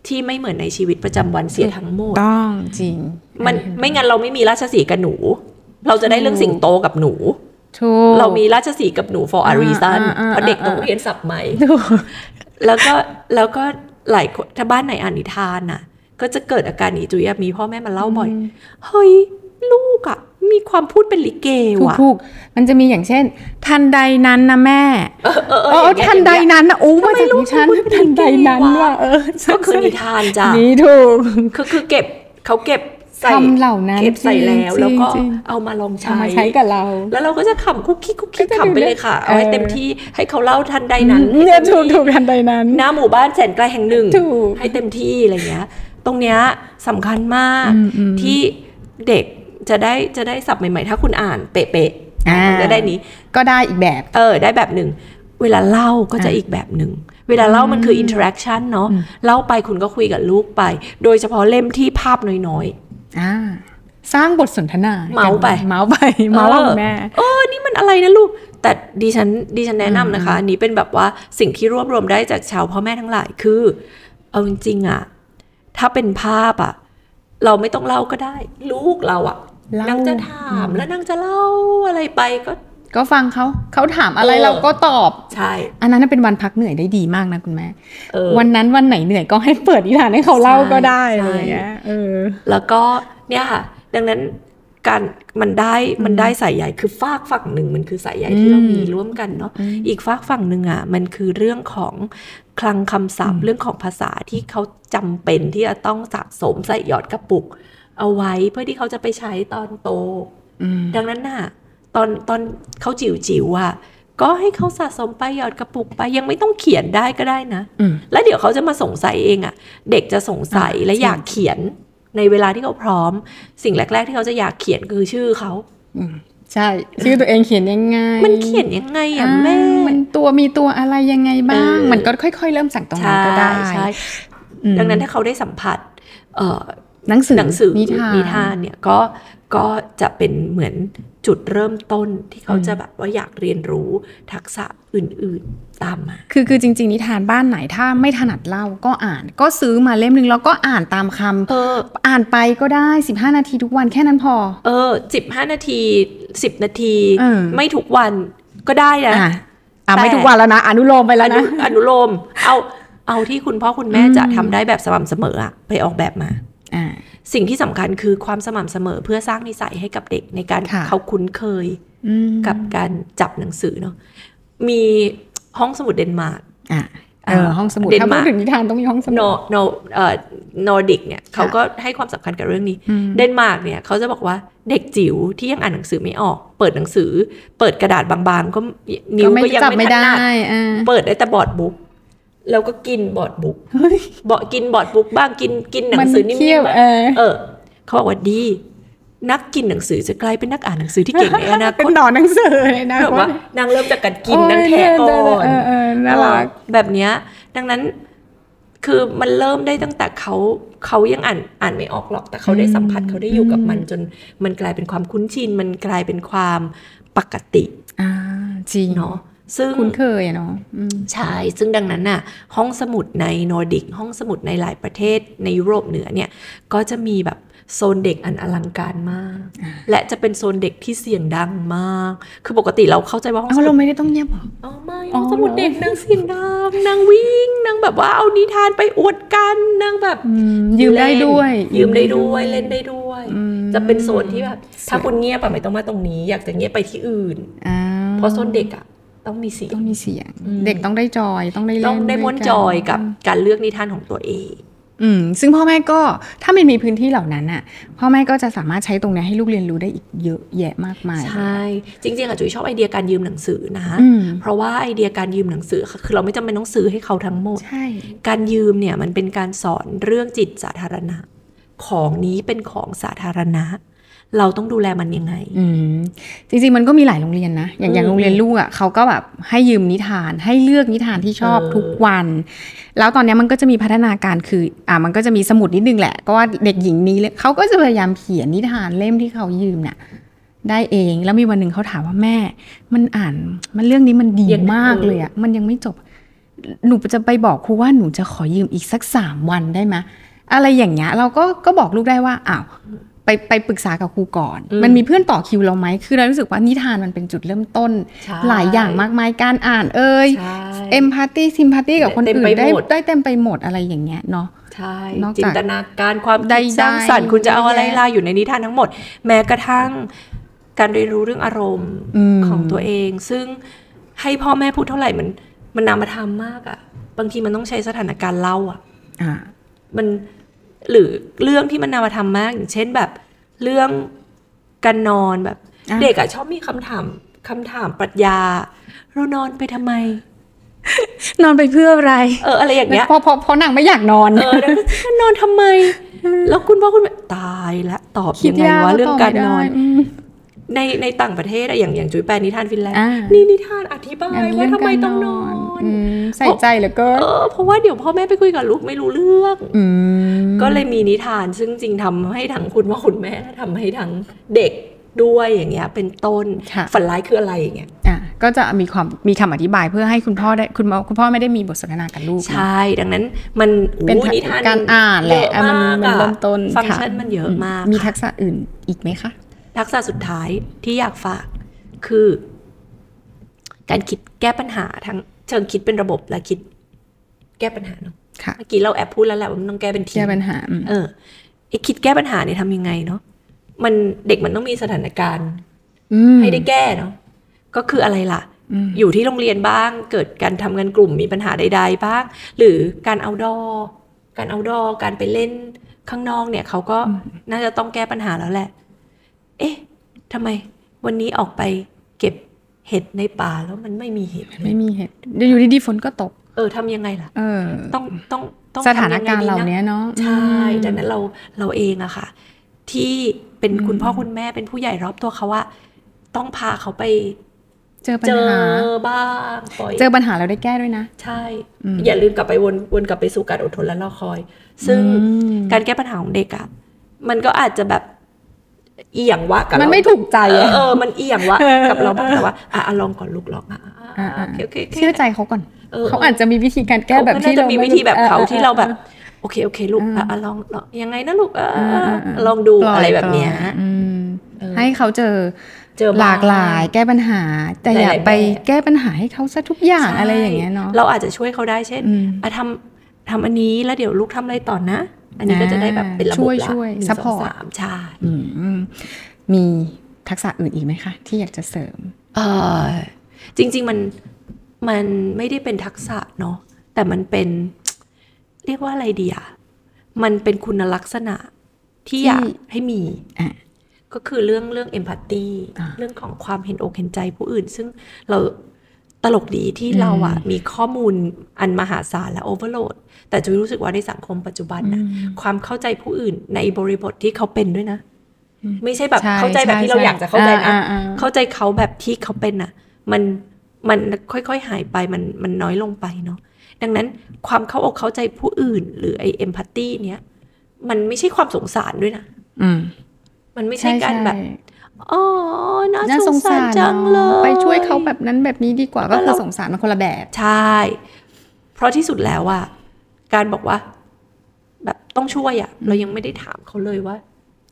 B: ที่ไม่เหมือนในชีวิตประจำวันเสียทั้งหมด
A: ต้องจริง
B: มันไม่งั้นเราไม่มีราชสีห์กับหนู เราจะได้เรื่องสิงโตกับหนู
A: ถูก
B: เรามีราชสีห์กับหนู for a
A: อ่า
B: reason
A: อ่าอ่า
B: เพราะเด็กต้อง
A: อ่า
B: เรียนศัพท์ใหม่
A: ถูก
B: แล้วก็แล้วก็หลายคนถ้าบ้านไหนอ่านนิทานน่ะ ก็จะเกิดอาการอีจุยอะมีพ่อแม่มาเล่าบ่อย เฮ้ย ลูกอะมีความพูดเป็นลิเก
A: ถูก
B: ว่ะ
A: ถูกมันจะมีอย่างเช่น ทันใดนั้นนะแม่
B: เออเออเออ
A: เออ
B: อย่างเงี้ย
A: ทันใด
B: อย่างเงี้ย
A: นั้นนะโอ้
B: ทำ
A: มา
B: ไม
A: จาก
B: ลูก
A: ดิฉัน
B: พูดเป็น
A: ทันใดนั้น
B: เก่งวะ
A: ว่าเออใช่
B: <laughs> ก็คือนิทานจ้ะ
A: นี่ถูก
B: คือคือเก็บเขาเก็บใส่
A: คำเหล่านั้น
B: เก็บใส่แล้ว
A: จริงๆ
B: แล้วก็
A: จริง
B: เอามาลอง
A: เอา
B: ใช้
A: มาใช้กับเรา
B: แล้วเราก็จะขำคุกคิกคุกคิก
A: ก็จะดู
B: ขำไปเลยค่ะ เอาให้
A: เออ
B: เต็มที่ให้เขาเล่าทันใดนั้น
A: เนี่ยถูกถูกทันใดนั้น
B: หน้าหมู่บ้านแสนไกลแห่งหนึ่ง
A: ถูก
B: ให้เต็มที่อะไรเงี้ย ตรงเนี้ยสำคัญมาก
A: อืมอืม
B: ที่เด็กจะได้จะได้ศัพท์ใหม่ๆ ถ้าคุณอ่านเป๊ะ
A: อ่า
B: ๆก็ได้นี้
A: ก็ได้อีกแบบ
B: เออได้แบบหนึ่ง เวลาเล่าก็จะอีกแบบหนึ่ง เวลาเล่ามันคืออินเทอร์แอคชั่นเนาะเล่าไปคุณก็คุยกับลูกไป โดยเฉพาะเล่มที่ภาพน้อย
A: อ่า สร้างบทสนทนา
B: เมาไป
A: กันเมาไป เมาเล่ากับแม่
B: เออ นี่มันอะไรนะลูก แต่ดิฉันดิฉันแนะนำนะคะ อันนี้เป็นแบบว่าสิ่งที่รวบรวมได้จากชาวพ่อแม่ทั้งหลายคือ เอาจริงๆอะถ้าเป็นภาพอะเราไม่ต้องเล่าก็ได้ ลูกเราอะ
A: เล่า
B: นางจะถามแล้วนางจะเล่าอะไรไปก็
A: ก็ฟังเขาเขาถามอะไร
B: เออ
A: เราก็ตอบ
B: ใช่
A: อันนั้นนะเป็นวันพักเหนื่อยได้ดีมากนะคุณแม่
B: เออ
A: วันนั้นวันไหนเหนื่อยก็ให้เปิดนิทานให้เขาเล่าก็ได้
B: ใช่
A: อะไรอย่างเงี้ยเออ
B: แล้วก็เนี่ยค่ะ ดังนั้นการมันได้มันได้สายใหญ่คือฝากฝั่งหนึ่งมันคือสายใหญ่ที่เรามีร่วมกันเนาะอีกฝากฝั่งหนึ่งอ่ะมันคือเรื่องของคลังคำศัพท์เรื่องของภาษาที่เขาจำเป็นที่จะต้องสะสมใส่หยอดกระปุก เอาไว้เพื่อที่เขาจะไปใช้ตอนโต
A: อืม
B: ดังนั้นน่ะตอนตอนเขาจิ๋วจิ๋วๆอ่ะก็ให้เขาสะสมไปหยอดกระปุกไปยังไม่ต้องเขียนได้ก็ได้นะ
A: อืม
B: แล้วเดี๋ยวเขาจะมาสงสัยเองอะ่ะ เด็กจะสงสัย
A: อ่ะ
B: และ
A: จริง
B: อยากเขียนในเวลาที่เขาพร้อม สิ่งแรก ๆ ที่เขาจะอยากเขียนคือชื่อเขา
A: อืมใช่ ชื่อตัวเองเขียนยังไง
B: มันเขียนยังไง
A: อ่า
B: อ่ะแม่
A: มันตัวมีตัวอะไรยังไงบ้าง
B: เออ
A: มันก็ค่อย ๆ เริ่มสั่งตรงนั้น
B: ใช่
A: ก็ได้
B: ใช่
A: อืม
B: ดังนั้นถ้าเขาได้สัมผัสเอ่อ
A: หนังสือ
B: หนังสือ
A: นิทาน
B: นเนี่ยก็ก็จะเป็นเหมือนจุดเริ่มต้นที่เขา
A: อืม
B: จะแบบว่าอยากเรียนรู้ทักษะอื่นๆตามมา
A: คือคือจริง ๆ นิทานบ้านไหนถ้าไม่ถนัดเล่าก็อ่าน ก็ซื้อมาเล่มหนึงแล้วก็อ่านตามคำ
B: เออ
A: อ่านไปก็ได้ 15 นาทีทุกวันแค่นั้นพอ
B: เออสิบห้านาทีสิบนาที
A: เออ
B: ไม่ทุกวันก็ได้นะ
A: อ่ะอ่ะ
B: แต่
A: ไม่ทุกวันแล้วนะ อนุโลมไปแล้ว
B: อ
A: นะ
B: นุอนุโลม เอาเอาที่คุณพ่อคุณแม่
A: อืม
B: จะทำได้แบบสม่ำเสมออะไปออกแบบมา
A: อ่า
B: สิ่งที่สำคัญคือความสม่ำเสมอเพื่อสร้างนิสัยให้กับเด็กในการ
A: ค่ะ
B: เขาคุ้นเคย
A: อืม
B: กับการจับหนังสือเนาะมีห้องสมุดเดนมาร์ก
A: อ่ะเออห้องสมุด
B: เดน
A: ถ้าพู
B: มาร์
A: ด
B: ก
A: ถึงนิทานต้องมีห้องสมุด
B: โนโนเอ่อนอร์ดิกเนี่ยเขาก็ให้ความสำคัญกับเรื่องนี้
A: อืม
B: เดนมาร์กเนี่ยเขาจะบอกว่าเด็กจิ๋วที่ยังอ่านหนังสือไม่ออก เปิดหนังสือ เปิดกระดาษบางๆ ก็นิ้วก็ยัง
A: จับ
B: ไม่
A: ไม่
B: ถ
A: ได้
B: นัด
A: อ่า
B: เปิดได้แต่บอร์ดบุ๊กแล้วก็กินบอร์ดบุ๊กบอกินบอร์ดบุ๊กบ้างกินกินหนั
A: มั
B: งสือนิ่ม
A: เคี่ยว
B: ๆบ้าง
A: เออ
B: เออ เขาบอกว่าดี นักกินหนังสือจะกลายเป็นนักอ่านหนังสือที่เก่งในอนาค
A: <laughs> เป็น
B: ต
A: หนอนหนังสือเลยนะ
B: เขาบอกว่านางเริ่มจากการกิน
A: โอ้ย
B: นางแทะก่อน
A: เเออน่ารัก
B: เออแบบเนี้ย ดังนั้นคือมันเริ่มได้ตั้งแต่เขาเขายังอ่านอ่านไม่ออกหรอก แต่เขาได้สัมผัส
A: อืม
B: เขาได้อยู่กับมันจนมันกลายเป็นความคุ้นชิน มันกลายเป็นความปกติ
A: อ่าจริง
B: เนาะซึ่ง
A: คุ้นเคยอะเนาะอืม
B: ใช่ ซึ่งดังนั้นน่ะ ห้องสมุดในนอร์ดิก ห้องสมุดในหลายประเทศในยุโรปเหนือเนี่ย ก็จะมีแบบโซนเด็กอันอลังการมาก และจะเป็นโซนเด็กที่เสียงดังมาก คือปกติเราเข้าใจว่าห้อง
A: เอา
B: สมุ
A: เรา
B: ด
A: ไม่ได้ต้องเงียบเหรอ
B: อ๋อไม่
A: อ๋
B: ห้
A: อ
B: อง
A: เหรอ
B: สมุดเด็กนางเสียงดังนางวิ่งนางแบบว่าเอานิทานไปอวดกันนาง แบบ
A: อืมยืมได้ด้วย
B: เล่นยืมได้ด้วยเล่นได้ด้วย
A: อืม
B: จะเป็นโซนที่แบบถ้าคุณเงียบอะไม่ต้องมาตรงนี้ อยากจะเงียบไปที่อื่น
A: อ้าว
B: เพราะโซนเด็กอะต้องมีเสีย
A: ต้อง งมีเสียง
B: อืม
A: เด็กต้องได้จอยต้องได้เล่น
B: ต้องได้ม้วน
A: วกั
B: จอยกับการเลือกนิทานของตัวเอง
A: อืมซึ่งพ่อแม่ก็ถ้ามันมีพื้นที่เหล่านั้นอ่ะ พ่อแม่ก็จะสามารถใช้ตรงเนี้ยให้ลูกเรียนรู้ได้อีกเยอะแยะมากมาย
B: ใช่จริงๆอะจุ๋ยชอบไอเดียการยืมหนังสือนะ
A: อืม
B: เพราะว่าไอเดียการยืมหนังสือค่ะคือเราไม่จำเป็นต้องซื้อให้เขาทั้งหมด
A: ใช่
B: การยืมเนี่ยมันเป็นการสอนเรื่องจิตสาธารณะ ของนี้เป็นของสาธารณะ เราต้องดูแลมันยังไง
A: อืมจริงๆมันก็มีหลายโรงเรียนนะ อย่างอย่าง
B: อืม
A: โรงเรียนลูกอ่ะเขาก็แบบให้ยืมนิทานให้เลือกนิทานที่ชอบ
B: เออ
A: ทุกวัน แล้วตอนเนี้ยมันก็จะมีพัฒนาการคืออ่ามันก็จะมีสมุดนิดนึงแหละ ก็ว่าเด็กหญิงนี้เขาก็จะพยายามเขียนนิทานเล่มที่เขายืมน่ะ ได้เองแล้วมีวันหนึ่งเขาถามว่าแม่ มันอ่านมันเรื่องนี้มันดี
B: ยัง
A: มากเลยอะมันยังไม่จบ หนูจะไปบอกครูว่าหนูจะขอยืมอีกสักสามวันได้ไหมอะไรอย่างเงี้ยเราก็ก็บอกลูกได้ว่าอ้าวไปไปปรึกษากับครูก่อน
B: อืม
A: มันมีเพื่อนต่อคิวเราไหมคือเรารู้สึกว่านิทานมันเป็นจุดเริ่มต้น
B: ใช่
A: หลายอย่างมากมายการอ่านเอ่ย
B: ใช่
A: เอมพัตตี้ซิมพัตตี้กับคน
B: เต็ม
A: อื่น
B: ไป
A: ได้
B: หมด
A: ได้เต็มไปหมดอะไรอย่างเงี้ยเนาะ
B: ใช่
A: นอกจาก
B: จินตนาการความ
A: ใด
B: คิด
A: ๆ
B: สร้างสรรค์คุณจะเอาอะไร
A: เยอะแยะ
B: ลาอยู่ในนิทานทั้งหมด แม้กระทั่งการเรียนรู้เรื่องอารมณ์
A: อืม
B: ของตัวเอง ซึ่งให้พ่อแม่พูดเท่าไหร่มันมันนามธรรมมากอะบางทีมันต้องใช้สถานการณ์เล่าอะ
A: อ่า
B: มันหรือเรื่องที่มันนามธรรมมาก อย่างเช่นแบบเรื่องการนอนแบบ
A: อ่ะ
B: เด็กอะชอบมีคำถามคำถามปรัชญา เรานอนไปทำไม
A: นอนไปเพื่ออะไร
B: เอออะไรอย่างเงี้ย
A: เพราะเพราะเพราะนางไม่อยากนอน
B: เออแล้วก็นอนทำไม แล้วคุณพ่อคุณแม่ตายละตอบยังไงวะเรื่องการนอน ในในต่างประเทศอะอย่างอย่างจุ๋ยแปลนิทานฟินแลนด์
A: อ่า
B: นี่นิทานอธิบาย
A: อันนี้
B: ว่า
A: เรื่อง
B: ทำไม
A: การ
B: ต้องนอน
A: อืมใส่ใจเหลือเกิน
B: เออเพราะว่าเดี๋ยวพ่อแม่ไปคุยกับลูกไม่รู้เรื่อง
A: อืม
B: ก็เลยมีนิทานซึ่งจริงทำให้ทั้งคุณพ่อคุณแม่และทำให้ทั้งเด็กด้วยอย่างเงี้ยเป็นต้น
A: ค่ะ
B: ฝันร้ายคืออะไรอย่างเงี้ย
A: อ่ะก็จะมีความมีคำอธิบายเพื่อให้คุณพ่อได้คุณพ่อคุณพ่อไม่ได้มีบทสนทนากับลูกเนอะ
B: ใช่ดังนั้นมัน
A: เป็น
B: อู้นิทาน
A: การอ่านแหละ
B: เยอมาก
A: มันมันเริ่มต้น
B: ฟังก์
A: ค่ะ
B: ชันมันเยอะมาก
A: มี
B: ค่ะ
A: ทักษะอื่นอีกไหมคะ
B: ทักษะสุดท้ายที่อยากฝากคือ การคิดแก้ปัญหาทั้งเชิงคิดเป็นระบบและคิดแก้ปัญหาเนาะ
A: ค่ะ
B: เมื่อกี้เราแอบพูดแล้วแหละว่ามันต้องแก้เป็นที
A: แก้
B: ม
A: ปัญหาอืม
B: เออไอคิดแก้ปัญหาเนี่ยทำยังไงเนาะมันเด็กมันต้องมีสถานการณ์
A: อืม
B: ให้ได้แก้เนาะก็คืออะไรล่ะ
A: อืม
B: อยู่ที่โรงเรียนบ้าง เกิดการทำงานกลุ่มมีปัญหาใด ๆ บ้าง หรือการเอาดอการเอาดอการไปเล่นข้างนอกเนี่ยเขาก็น่าจะต้องแก้ปัญหาแล้วแหละ เอ๊ะทำไม วันนี้ออกไปเก็บเห็ดในป่าแล้วมันไม่มีเห็ด
A: ไม่มีเหตุเดี๋ยวอยู่ดีๆฝนก็ตก
B: เออทำยังไงล่ะ
A: เออ
B: ต้องต้องต้อง
A: ส
B: ทำยังไงดีะ
A: ถานการณ์เหล่านี้เนาะ
B: ใช่ดั
A: อื
B: ง
A: ม
B: นั้นเราเราเองอะค่ะ ที่เป็น
A: อืม
B: คุณพ่อคุณแม่เป็นผู้ใหญ่รอบตัวเขาว่า ต้องพาเขาไป
A: เจอปัญ
B: เจอ
A: หา
B: บ้างปล่อย
A: เจอปัญหาเราได้แก้ด้วยนะ
B: ใช่
A: อืม
B: อย่าลืมกลับไปวนวนกลับไปสู่การอดทนและรอคอย ซึ่ง
A: อืม
B: การแก้ปัญหาของเด็กอะมันก็อาจจะแบบเอียงวะกับ
A: มัน
B: เรา
A: ไม่ถูกใจ
B: เออ
A: อะ
B: เออมันเอียง
A: <laughs>
B: วะ
A: เออ
B: กับเราบ้างแต่ว่าอ่ะอ่ะลองก่อนลูกลองอ่ะอ่ะอ่ะ
A: อ่ะ
B: โอเคโอเคโค
A: เชื่อใจเขาก่อน
B: เออ
A: เขาอาจจะมีวิธีการแก้แบบ
B: เขา
A: ที่
B: น่าจะ
A: เรา
B: มี
A: ไม่
B: วิธีแบบเขาที่เราแบบ
A: ออ
B: โอเคโอเคลูก
A: อืม
B: อ่ะอ่ะลองลองยังไงนะลูกเออ
A: อืมอืมอืม
B: ลองดู
A: ปล่ย
B: อะไรแบบเนี้ย
A: ปล่ออืม
B: เออ
A: ให้เขาเจอ
B: เจอบ้ง
A: หลากหลายแก้ปัญหา แต่อย่า
B: หลายๆแบบ
A: ไปแก้ปัญหาให้เขาซะทุกอย่าง
B: ใช่
A: อะไรอย่างเงี้ยเนาะ
B: เราอาจจะช่วยเขาได้เช่น
A: อืม
B: อ่ะทำทำอันนี้แล้วเดี๋ยวลูกทำอะไรต่อนะ อันนี้ก็จะได้แบบเป็นระบบ
A: ช่วย
B: ละ
A: ช่วย
B: หนึ่ง
A: ซัพพ
B: ส
A: อง ร์ต
B: สามใช่
A: อืมอืมมีทักษะอื่นอีกไหมคะ ที่อยากจะเสริม
B: เออจริง ๆ มันมันไม่ได้เป็นทักษะเนาะแต่มันเป็น เรียกว่าอะไรดีอะมันเป็นคุณลักษณะที่อยาก
A: ที่
B: ให้มี
A: อ่ะ
B: ก็คือเรื่องเรื่องเอมพัตตี
A: อ่ะ
B: เรื่องของความเห็นอกเห็นใจผู้อื่น ซึ่งเราตลกดีที่เราอะมีข้อมูลอันมหาศาลและโอเวอร์โหลด แต่จุยรู้สึกว่าในสังคมปัจจุบันนะ
A: อืม
B: ความเข้าใจผู้อื่นในบริบทที่เขาเป็นด้วยนะ
A: อืม
B: ไม่ใช่แบบ
A: ใช่
B: เข้าใจแบบที่
A: ใช่
B: เราอยากจะเข้าใจนะ
A: อ่าอ่าอ่า
B: เข้าใจเขาแบบที่เขาเป็นน่ะ มันมันค่อยๆหายไปมันมันน้อยลงไปเนาะดังนั้นความเข้าอกเข้าใจผู้อื่น หรือไอเอมพัตตีเนี้ยมันไม่ใช่ความสงสารด้วยนะ
A: อืม
B: มันไม่ใช่การแบบ อ๋อน่า
A: น่า
B: ส
A: สง
B: งสา
A: สาร ร
B: จังเลย
A: ไปช่วยเขาแบบนั้นแบบนี้ดีกว่าก็
B: แล้ว
A: คื
B: เรา
A: อสงสารมันคนละแบบ
B: ใช่ เพราะที่สุดแล้วอะการบอกว่า แบบต้องช่วยอะเรายังไม่ได้ถามเขาเลยว่า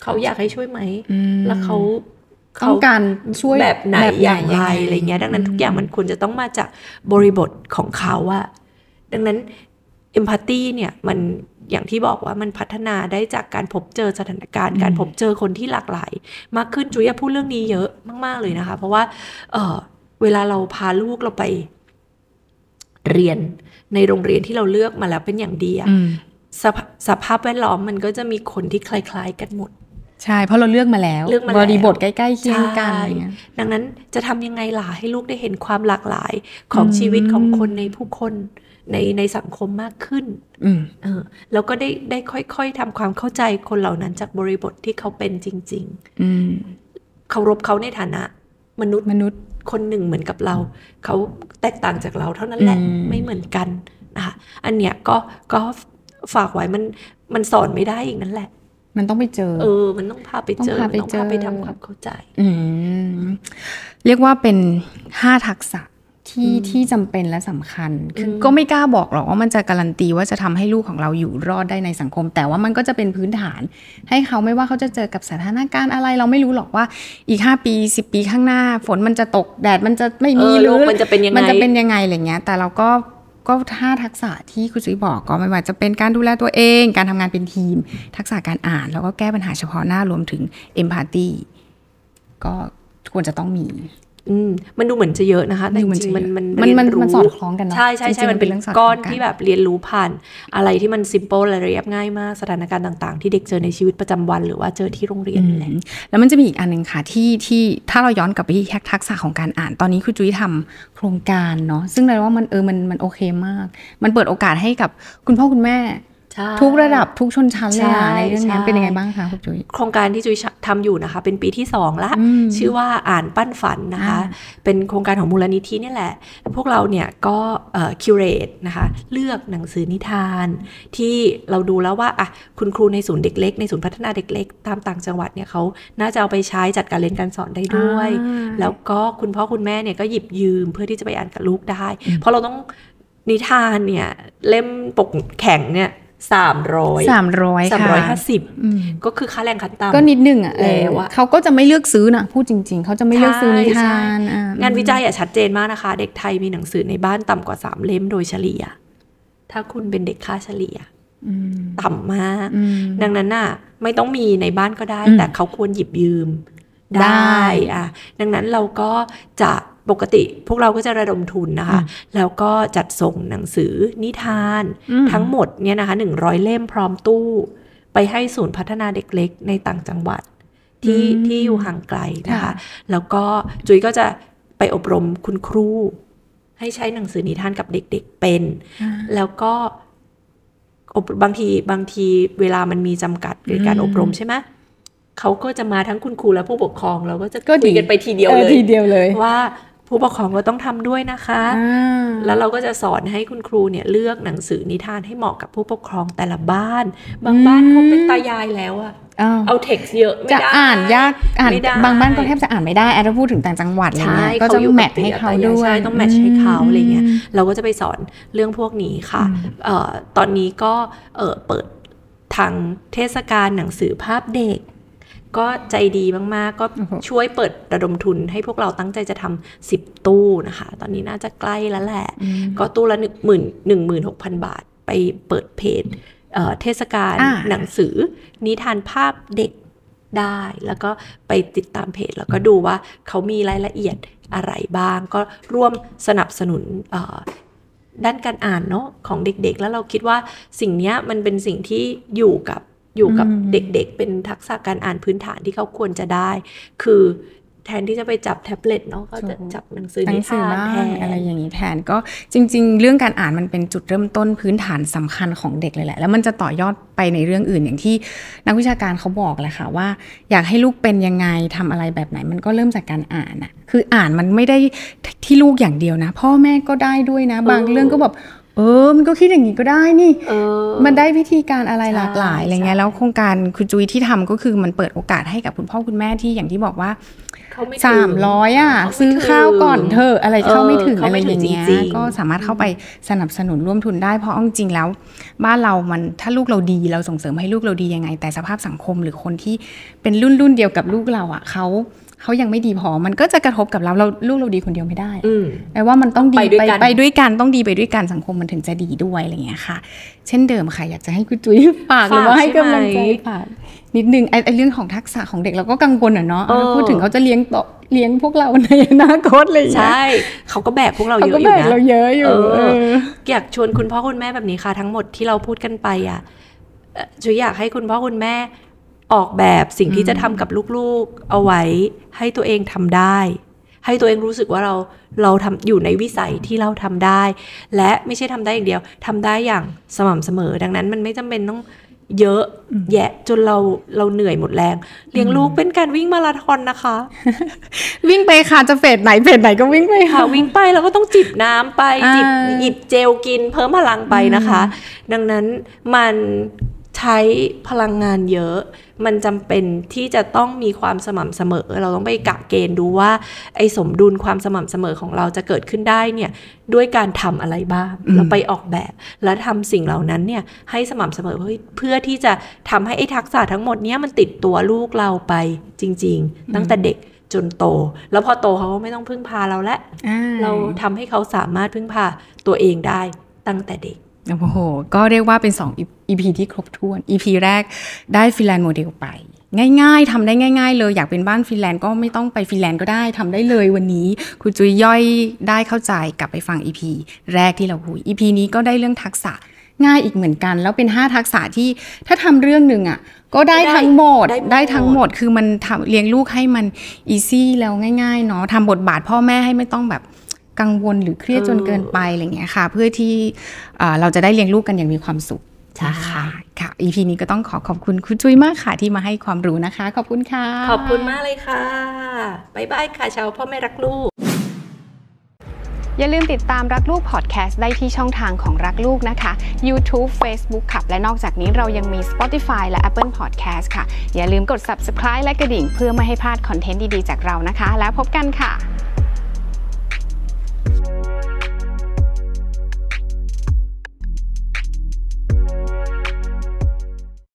B: เขาอยากให้ช่วยไหม
A: อืม
B: แล้วเขาเข
A: ต้องการช่วย
B: แบบไหนอย่างไรอะไรเงี้ย ดังนั้นทุกอย่าง
A: ม
B: มันควรจะต้องมาจากบริบทของเขาอะดังนั้น เอมพัตตีเนี่ยมันอย่างที่บอกว่ามันพัฒนาได้จากการพบเจอสถานการณ์ การพบเจอคนที่หลากหลาย มากขึ้นจุยอยากพูดเรื่องนี้เยอะมาก ๆ เลยนะคะ เพราะว่า เออเวลาเราพาลูกเราไป เรียนในโรงเรียนที่เราเลือกมาแล้วเป็นอย่างดีอะ
A: อืม
B: สภาสภาพแวดล้อมมันก็จะมีคนที่คล้าย ๆ กันหมด
A: ใช่เพราะเราเลือกมาแล้ว
B: เลือกมา
A: บริบท
B: แล้ว
A: ใกล้ๆเคียงกันอะไรเงี้ย
B: ดังนั้นจะทำยังไงล่ะให้ลูกได้เห็นความหลากหลายของ
A: อืม
B: ชีวิตของคนในผู้คนในในสังคมมากขึ้น
A: อืม
B: เออแล้วก็ได้ได้ค่อยๆทำความเข้าใจคนเหล่านั้นจากบริบทที่เขาเป็นจริง
A: อืม
B: ๆ เคารพเขาในฐานะ มนุษย์
A: มนุษย์
B: คนหนึ่งเหมือนกับเรา เขาแตกต่างจากเราเท่านั้นแหละ
A: อืม
B: ไม่เหมือนกันนะคะอันเนี้ยก็ก็ฝากไว้มันมันสอนไม่ได้อีกนั่นแหละ
A: มันต้องไปเจอ
B: เออ มันต้องพาไปเจ
A: ต้
B: อ
A: องพาไป
B: มันต้องพาไป
A: เจอ
B: ทำความเข้าใจ
A: อืมเรียกว่าเป็นห้าทักษะที่ที่จำเป็นและสำคัญ คืออ
B: ม
A: ก็ไม่กล้าบอกหรอกว่ามันจะการันตีว่าจะทำให้ลูกของเราอยู่รอดได้ในสังคม แต่ว่ามันก็จะเป็นพื้นฐาน ให้เขาไม่ว่าเขาจะเจอกับสถานการณ์อะไรเราไม่รู้หรอกว่าอีก 5 ปี 10 ปีข้างหน้า ฝนมันจะตกแดดมันจะไม่
B: เอ
A: มี
B: อ
A: หรือ
B: โลกมันจะเป็นยังไง
A: มันจะเป็นยังไงอะไรเงี้ย แต่เราก็ก็ถ้าทักษะที่คุณจุ้ยบอกก็ไม่ว่าจะเป็นการดูแลตัวเอง การทำงานเป็นทีม ทักษะการอ่าน แล้วก็แก้ปัญหาเฉพาะหน้ารวมถึงเอมพัตตีก็ควรจะต้องมี
B: อืมมันดูเหมือนจะเยอะนะคะ แต่จริงๆมันมัน
A: มันมันมัน
B: เรียรู้
A: สอดคล้องกันเนาะ
B: ใช่ใช่
A: จ
B: ใช่
A: ริงๆ
B: มันเป็น
A: รื่องสดคล้ง
B: ก้อนที่แบบเรียนรู้ผ่าน อะไรที่มัน s ิม p l e และเรียบง่ายมาก สถานการณ์ต่างๆ ที่เด็กเจอในชีวิตประจำวันหรือว่าเจอที่โรงเรียน
A: อื
B: นั่นแหละ
A: มแล้วมันจะมีอีกอันหนึ่งค่ะที่ที่ถ้าเราย้อนกลับไปที่ทักษะของการอ่าน ตอนนี้คุณจุ้ยทำโครงการเนาะซึ่งเราว่ามันเออมันมันโอเคมาก มันเปิดโอกาสให้กับคุณพ่อคุณแม่ ทุกระดับทุกชนชั้นเลย
B: ใช่
A: อะในเรื่องนั้น
B: ใช่
A: เป็นยังไงบ้างคะคุณจุ้ย
B: โครงการที่จุยทำอยู่นะคะ เป็นปีที่สองละ
A: อืม
B: ชื่อว่าอ่านปั้นฝันนะคะ
A: อ่า
B: เป็นโครงการของมูลนิธิเนี่ยแหละ พวกเราเนี่ยก็คิวเรตนะคะ เลือกหนังสือนิทาน ที่เราดูแล้วว่าอ่ะคุณครูในศูนย์เด็กเล็กในศูนย์พัฒนาเด็กเล็กตามต่างจังหวัดเนี่ยเขาน่าจะเอาไปใช้จัดการเรียนการสอนได้ด้วย
A: อ่า
B: แล้วก็คุณพ่อคุณแม่เนี่ยก็หยิบยืมเพื่อที่จะไปอ่านกับลูกได้ เพราะเราต้องนิทานเนี่ยเล่มปกแข็งเนี่ยสามร้อย
A: สามร้อย
B: สาม
A: ค่ะ
B: ร้อยห้าสิบ
A: อืม
B: ก็คือค่าแรงขั้นต่ำ
A: ก็นิดหนึ่งอ่ะเออ
B: แล้วอะ
A: เขาก็จะไม่เลือกซื้อนะพูดจริง ๆ เขาจะไม่เลือกซื้อนิ
B: ใช่
A: ทานอ่ะ
B: งานวิจัยอะชัดเจนมากนะคะ เด็กไทยมีหนังสือในบ้านต่ำกว่าสามเล่มโดยเฉลี่ย ถ้าคุณเป็นเด็กค่าเฉลี่ย
A: อืม
B: ต่ำมาก
A: อืม
B: ดังนั้นน่ะไม่ต้องมีในบ้านก็ได้
A: อืม
B: แต่เขาควรหยิบยืม
A: ได้
B: ได้อะดังนั้นเราก็จะปกติพวกเราก็จะระดมทุนนะคะ
A: อืม
B: แล้วก็จัดส่งหนังสือนิทาน
A: อืม
B: ทั้งหมดเนี่ยนะคะ100 เล่มพร้อมตู้ ไปให้ศูนย์พัฒนาเด็กเล็กในต่างจังหวัด ที่
A: อืม
B: ที่อยู่ห่างไกลนะคะ
A: ค่ะ
B: แล้วก็จุยก็จะไปอบรมคุณครู ให้ใช้หนังสือนิทานกับเด็กๆเป็น
A: อ่า
B: แล้วก็อบบางทีบางทีเวลามันมีจำกัดในการ
A: อืม
B: อบรมใช่ไหมเขาก็จะมาทั้งคุณครูและผู้ปกครองเราก็จะ
A: ก็ดี
B: คุยกันไปทีเดียว
A: อ
B: เล
A: อย ทีเดียวเลย
B: ว่าผู้ปกครองก็ต้องทำด้วยนะคะ
A: อ่า
B: แล้วเราก็จะสอนให้คุณครูเนี่ยเลือกหนังสือนิทานให้เหมาะกับผู้ปกครองแต่ละบ้าน บางบ้านเขาเป็นตายายแล้วอะ
A: อ้าว
B: เอาเท็กซ์เยอะไม่
A: จะ
B: ได้
A: อ่านยากอ่าน
B: ไม่ได้
A: บางบ้านก็แทบจะอ่านไม่ได้แอดพูดถึงต่างจังหวัดอะไร
B: ใช่
A: เงี้ยก็จะ
B: อยู่
A: แม
B: กับ
A: ทช์ให้
B: ตี
A: เขา
B: ตยย
A: ด้วย
B: ใช่ต้องแมทช์ให้เขาอะไรเงี้ย
A: ม
B: เราก็จะไปสอนเรื่องพวกนี้ค่ะ
A: อืม
B: เอ่อตอนนี้ก็เอ่อเปิดทางเทศกาลหนังสือภาพเด็ก ก็ใจดีมาก ๆ ก็ช่วยเปิดระดมทุนให้พวกเราตั้งใจจะทำสิบตู้นะคะ ตอนนี้น่าจะใกล้แล้วแหละ
A: อืม
B: ก็ตู้ละหนึ่งหมื่นหนึ่งหมื่นหกพันบาทไปเปิดเพจเอ่อเทศกาล
A: อ่า
B: หนังสือ นิทานภาพเด็กได้ แล้วก็ไปติดตามเพจ แล้วก็ดูว่าเขามีรายละเอียดอะไรบ้าง ก็ร่วมสนับสนุนเอ่อด้านการอ่านเนาะของเด็กๆ แล้วเราคิดว่าสิ่งเนี้ยมันเป็นสิ่งที่อยู่กับอยู่กับ
A: อืม
B: เด็กๆ เป็นทักษะการอ่านพื้นฐานที่เขาควรจะได้ คือแทนที่จะไปจับแท็บเล็ตเนาะก็จะจับหนังสือ
A: หนั
B: นิ
A: งสือ
B: ทาน
A: บ้า
B: แท
A: ง
B: น
A: อะไรอย่างนี้แทนก็จริง ๆ เรื่องการอ่านมันเป็นจุดเริ่มต้นพื้นฐานสำคัญของเด็กเลยแหละ แล้วมันจะต่อยอดไปในเรื่องอื่นอย่างที่นักวิชาการเขาบอกแหละค่ะว่า อยากให้ลูกเป็นยังไงทำอะไรแบบไหน มันก็เริ่มจากการอ่านอะคืออ่านมันไม่ได้ที่ลูกอย่างเดียวนะ พ่อแม่ก็ได้ด้วยนะ บาง
B: เออ
A: เรื่องก็แบบเออมันก็คิดอย่างนี้ก็ได้นี่
B: เออ
A: มันได้วิธีการอะไรหลากหลาย
B: ใช่
A: อะไรเงี้ย
B: ใช่
A: แล้วโครงการคุณจุ้ยที่ทำก็คือมันเปิดโอกาสให้กับคุณพ่อคุณแม่ที่อย่างที่บอกว่า
B: เขไถึง
A: สามร้อยอ่ะ
B: เขาไม่
A: ซื้อข้าวก่อนเธอะอะไร
B: เออ
A: เข้าไม่ถึง
B: เข้า
A: อะไร
B: ไม่
A: อ
B: ถึง
A: ย่างเงี้ย
B: จริงๆ
A: ก็สามารถเข้าไปสนับสนุนร่วมทุนได้เพราะเอาจริงๆแล้ว บ้านเรามันถ้าลูกเราดีเราส่งเสริมให้ลูกเราดียังไง แต่สภาพสังคมหรือคนที่เป็นรุ่นรุ่นเดียวกับลูกเราอ่ะเขา เขายังไม่ดีพอมันก็จะกระทบกับเราเราลูกเราดีคนเดียวไม่ได้
B: อืม
A: แปลว่ามันต้องดี
B: ไปด้วยกัน
A: ไปด้วยกันต้องดีไปด้วยกันสังคมมันถึงจะดีด้วยอะไรอย่างเงี้ยค่ะ เช่นเดิมค่ะอยากจะให้คุณจุ้ยฝากหรือว่าให้กำลังใจฝากนิดนึงไอ้ไอ้เรื่องของทักษะของเด็กเราก็กังวลอ่ะเนาะ
B: เออ
A: พูดถึงเขาจะเลี้ยงต่อเลี้ยงพวกเราในอนาคตอะไรอย่างเลย
B: ใช่ เขาก็แบกพวกเรา
A: เขา
B: เย
A: ก็
B: อะอ
A: แบ
B: ยู่
A: ก
B: นะ
A: เราเยอะอยู่
B: เออ
A: เออ
B: อยากชวนคุณพ่อคุณแม่แบบนี้ค่ะ ทั้งหมดที่เราพูดกันไปอ่ะเอ่อจุยอยากให้คุณพ่อคุณแม่ออกแบบสิ่งที่จะทำกับลูกๆ เอาไว้ให้ตัวเองทำได้ ให้ตัวเองรู้สึกว่าเราเราทำอยู่ในวิสัยที่เราทำได้ และไม่ใช่ทำได้อย่างเดียวทำได้อย่างสม่ำเสมอ ดังนั้นมันไม่จำเป็นต้องเยอะแยะจนเราเราเหนื่อยหมดแรงเลี้ยงลูกเป็นการวิ่งมาราธอนนะคะ
A: วิ่งไปค่ะจะเฟสไหนเฟสไหนก็วิ่งไปค่ะ
B: ค่ะวิ่งไปเราก็ต้องจิบน้ำไป
A: อ่า
B: จิบหยิบเจลกินเพิ่มพลังไปนะคะ ดังนั้นมันใช้พลังงานเยอะ มันจำเป็นที่จะต้องมีความสม่ำเสมอ เราต้องไปกะเกณฑ์ดูว่า ไอ้สมดุลความสม่ำเสมอของเราจะเกิดขึ้นได้เนี่ยด้วยการทำอะไรบ้าง
A: อืม
B: เราไปออกแบบ และทำสิ่งเหล่านั้นเนี่ยให้สม่ำเสมอเพื่อเพื่อที่จะทำให้ไอ้ทักษะทั้งหมดเนี้ยมันติดตัวลูกเราไปจริง ๆ ตั้งแต่เด็กจนโต แล้วพอโตเขาก็ไม่ต้องพึ่งพาเราและ
A: อ่
B: เราทำให้เขาสามารถพึ่งพาตัวเองได้ตั้งแต่เด็ก
A: โอ้โห ก็เรียกว่าเป็น2 EP ที่ครบถ้วน EP แรกได้ฟิลแลนด์โมเดลไป ง่ายๆทำได้ง่าย ๆ เลยอยากเป็นบ้านฟินแลนด์ก็ไม่ต้องไปฟินแลนด์ก็ได้ทำได้เลยวันนี้ คุณจุยย่อยได้เข้าใจกลับไปฟัง EP แรกที่เราคุย EP นี้ก็ได้เรื่องทักษะง่ายอีกเหมือนกัน แล้วเป็น 5 ทักษะที่ถ้าทำเรื่องหนึ่งอ่ะก็ได้
B: ได้
A: ทั้งหมด
B: ได้หมด
A: ได้ทั้งหมดคือมันทำเลี้ยงลูกให้มันอีซี่แล้วง่ายๆเนาะทำบทบาทพ่อแม่ให้ไม่ต้องแบบ กังวลหรือเครียด
B: เออ
A: จนเกินไปอะไรอย่างเงี้ยค่ะ เพื่อที่เอ่อเราจะได้เลี้ยงลูกกันอย่างมีความสุขนะคะค่ะ EP นี้ก็ต้องขอขอบคุณคุณจุ้ยมากค่ะ ที่มาให้ความรู้นะคะ ขอบคุณค่ะ
B: ขอบคุณมากเลยค่ะ บ๊ายบายค่ะชาวพ่อแม่รักลูก
A: อย่าลืมติดตามรักลูกพอดแคสต์ได้ที่ช่องทางของรักลูกนะคะ YouTube Facebook ขับ และนอกจากนี้เรายังมี Spotify และ Apple Podcast ค่ะ อย่าลืมกด Subscribe และกระดิ่ง เพื่อไม่ให้พลาดคอนเทนต์ดี ๆ จากเรานะคะ แล้วพบกันค่ะ